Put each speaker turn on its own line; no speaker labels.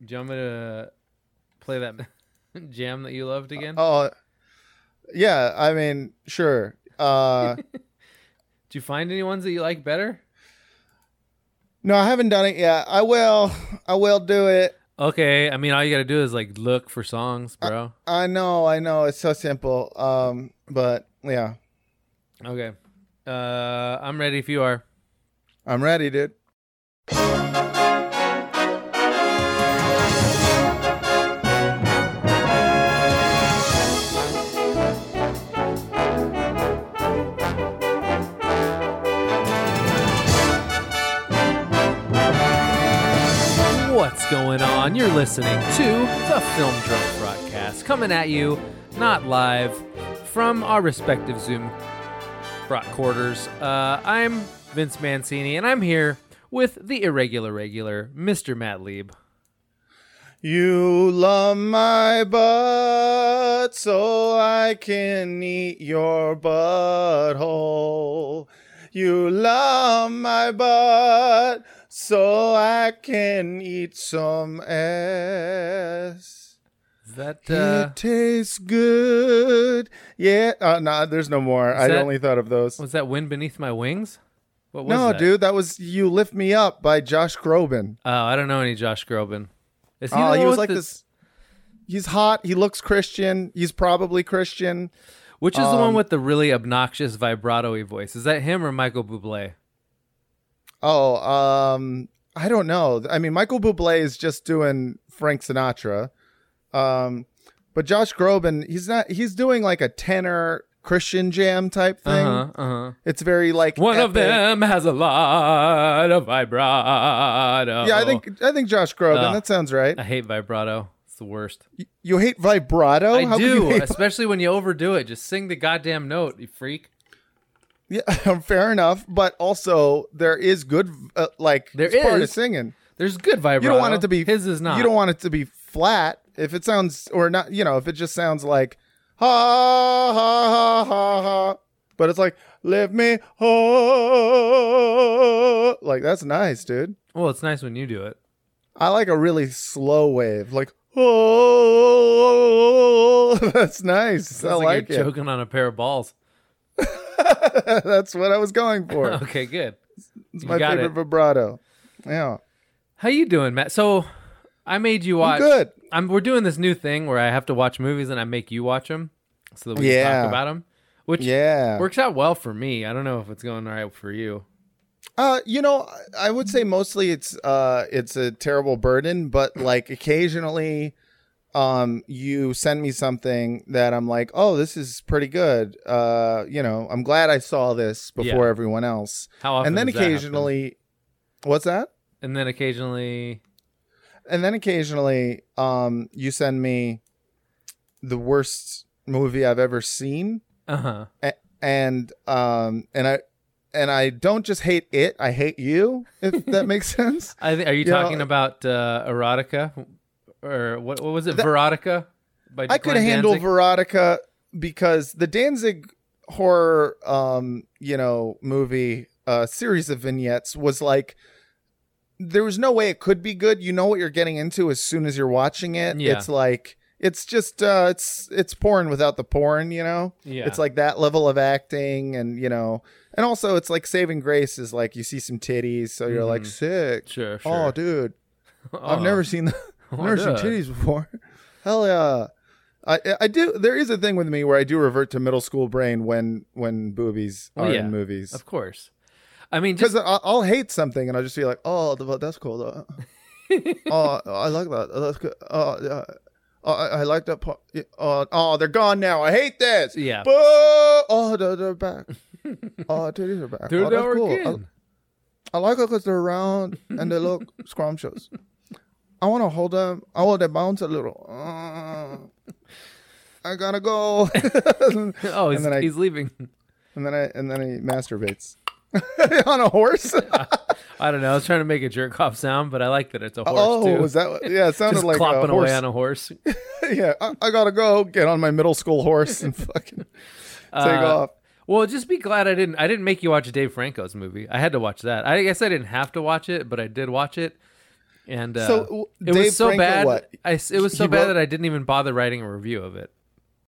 Do you want me to play that jam that you loved again?
Oh, yeah. I mean, sure. Uh,
Do you find any ones that you like better?
no, I haven't done it yet. I will. I will do it.
Okay, I mean, all you gotta do is like look for songs, bro.
I know. I know. It's so simple. Um, but yeah,
okay, uh, I'm ready if you are.
I'm ready, dude.
What's going on? You're listening to the Film Drunk broadcast coming at you, not live, from our respective Zoom brought quarters. Uh, I'm Vince Mancini, and I'm here with the irregular regular, Mr. Matt Lieb.
You love my butt, so I can eat your butthole. You love my butt, so I can eat some ass.
Is that uh,
it tastes good. Yeah. Uh, nah, there's no more. I
that-
only thought of those.
was that wind beneath my wings? What was
No,
that?
dude, that was You Lift Me Up by Josh Groban.
Oh, I don't know any Josh Groban. Is the
Oh,
one
he was
with
like
the-
this. He's hot. He looks Christian. He's probably Christian.
Which is the one
Um,
with the really obnoxious vibrato-y voice? Is that him or Michael Bublé?
Oh, um, I don't know. I mean, Michael Bublé is just doing Frank Sinatra, um, but Josh Groban, he's not. He's doing like a tenor Christian jam type thing.
Uh-huh, uh-huh.
It's very like
One of
epic.
them has a lot of vibrato.
Yeah, I think I think Josh Groban.
Ah.
That sounds right.
I hate vibrato. It's the worst.
Y- You hate vibrato?
I
Oh, How could
do,
you hate-
especially when you overdo it. Just sing the goddamn note, you freak.
yeah, fair enough. But also, there is good uh, like
There
it's part of
is.
singing.
There's good vibrato.
You don't want it to be
his is not.
You don't want it to be flat. If it sounds or not, you know, if it just sounds like ha ha ha ha ha, but it's like lift me ho, like that's nice, dude.
Well, it's nice when you do it.
I like a really slow wave, like oh, that's nice. I
Sounds
like,
you're choking on a pair of balls.
it. that's what I was going for.
Okay, good.
It's my
got
favorite
it.
vibrato. Yeah,
How you doing, Matt? So, I made you watch.
good.
I'm, we're doing this new thing where I have to watch movies and I make you watch them, so that we can
Yeah.
talk about them, which
yeah.
works out well for me. I don't know if it's going all right for you.
Uh, you know, I- I would say mostly it's uh it's a terrible burden, but like occasionally um you send me something that I'm like, "Oh, this is pretty good." Uh, you know, I'm glad I saw this before
Yeah.
everyone else.
How often?
and then
does that happen?
occasionally What's that?
and then occasionally,
And then occasionally um you send me the worst movie I've ever seen.
uh huh.
and um and I and I don't just hate it, I hate you, if that makes sense.
I th- are you,
You know,
talking about uh, erotica, or what? What was it?
That-
Verotica. By
I could
Declan
handle
Danzig?
Veronica because the Danzig horror um, you know, movie uh series of vignettes was like there was no way it could be good. You know what you're getting into as soon as you're watching it.
Yeah.
It's like it's just uh it's it's porn without the porn, you know?
yeah.
It's like that level of acting and you know and also it's like saving grace is like you see some titties, so you're like
Mhm.
sick.
sure,
Oh
sure.
dude.
Oh,
I've never seen that. I've
Oh,
never seen
duh.
titties before. Hell yeah. I, I do. There is a thing with me where I do revert to middle school brain when when boobies
Well,
are
Oh, yeah.
in movies
Of course. I mean, just
because I'll, I'll hate something and I'll just be like, oh, th- that's cool. Though. oh, I like that. Oh, That's good. Oh, yeah. Oh, I, I like that part. Yeah. Oh, oh, they're gone now. I hate this.
Yeah.
Boo! Oh, they're, they're back. oh, titties are back.
through
oh,
the
that's cool. I-
organ.
I like it because they're round and they look scrumptious. I want to hold them. I want to bounce a little. Uh, I gotta go. and
Oh, he's,
then I-
he's leaving.
then I and then he masturbates on a horse.
I don't know. I was trying to make a jerk off sound, but I like that it's a horse
oh,
too.
was that? what- Yeah, it sounded
Just
like
clopping
a horse.
away on a horse.
yeah, I, I gotta go. Get on my middle school horse and fucking take
Uh,
off.
Well, just be glad I didn't. I didn't make you watch Dave Franco's movie. I had to watch that. I guess I didn't have to watch it, but I did watch it. and uh,
so w-
it
Dave
was so
Franco,
bad.
What?
I s it was so
He
bad
wrote-
that I didn't even bother writing a review of it.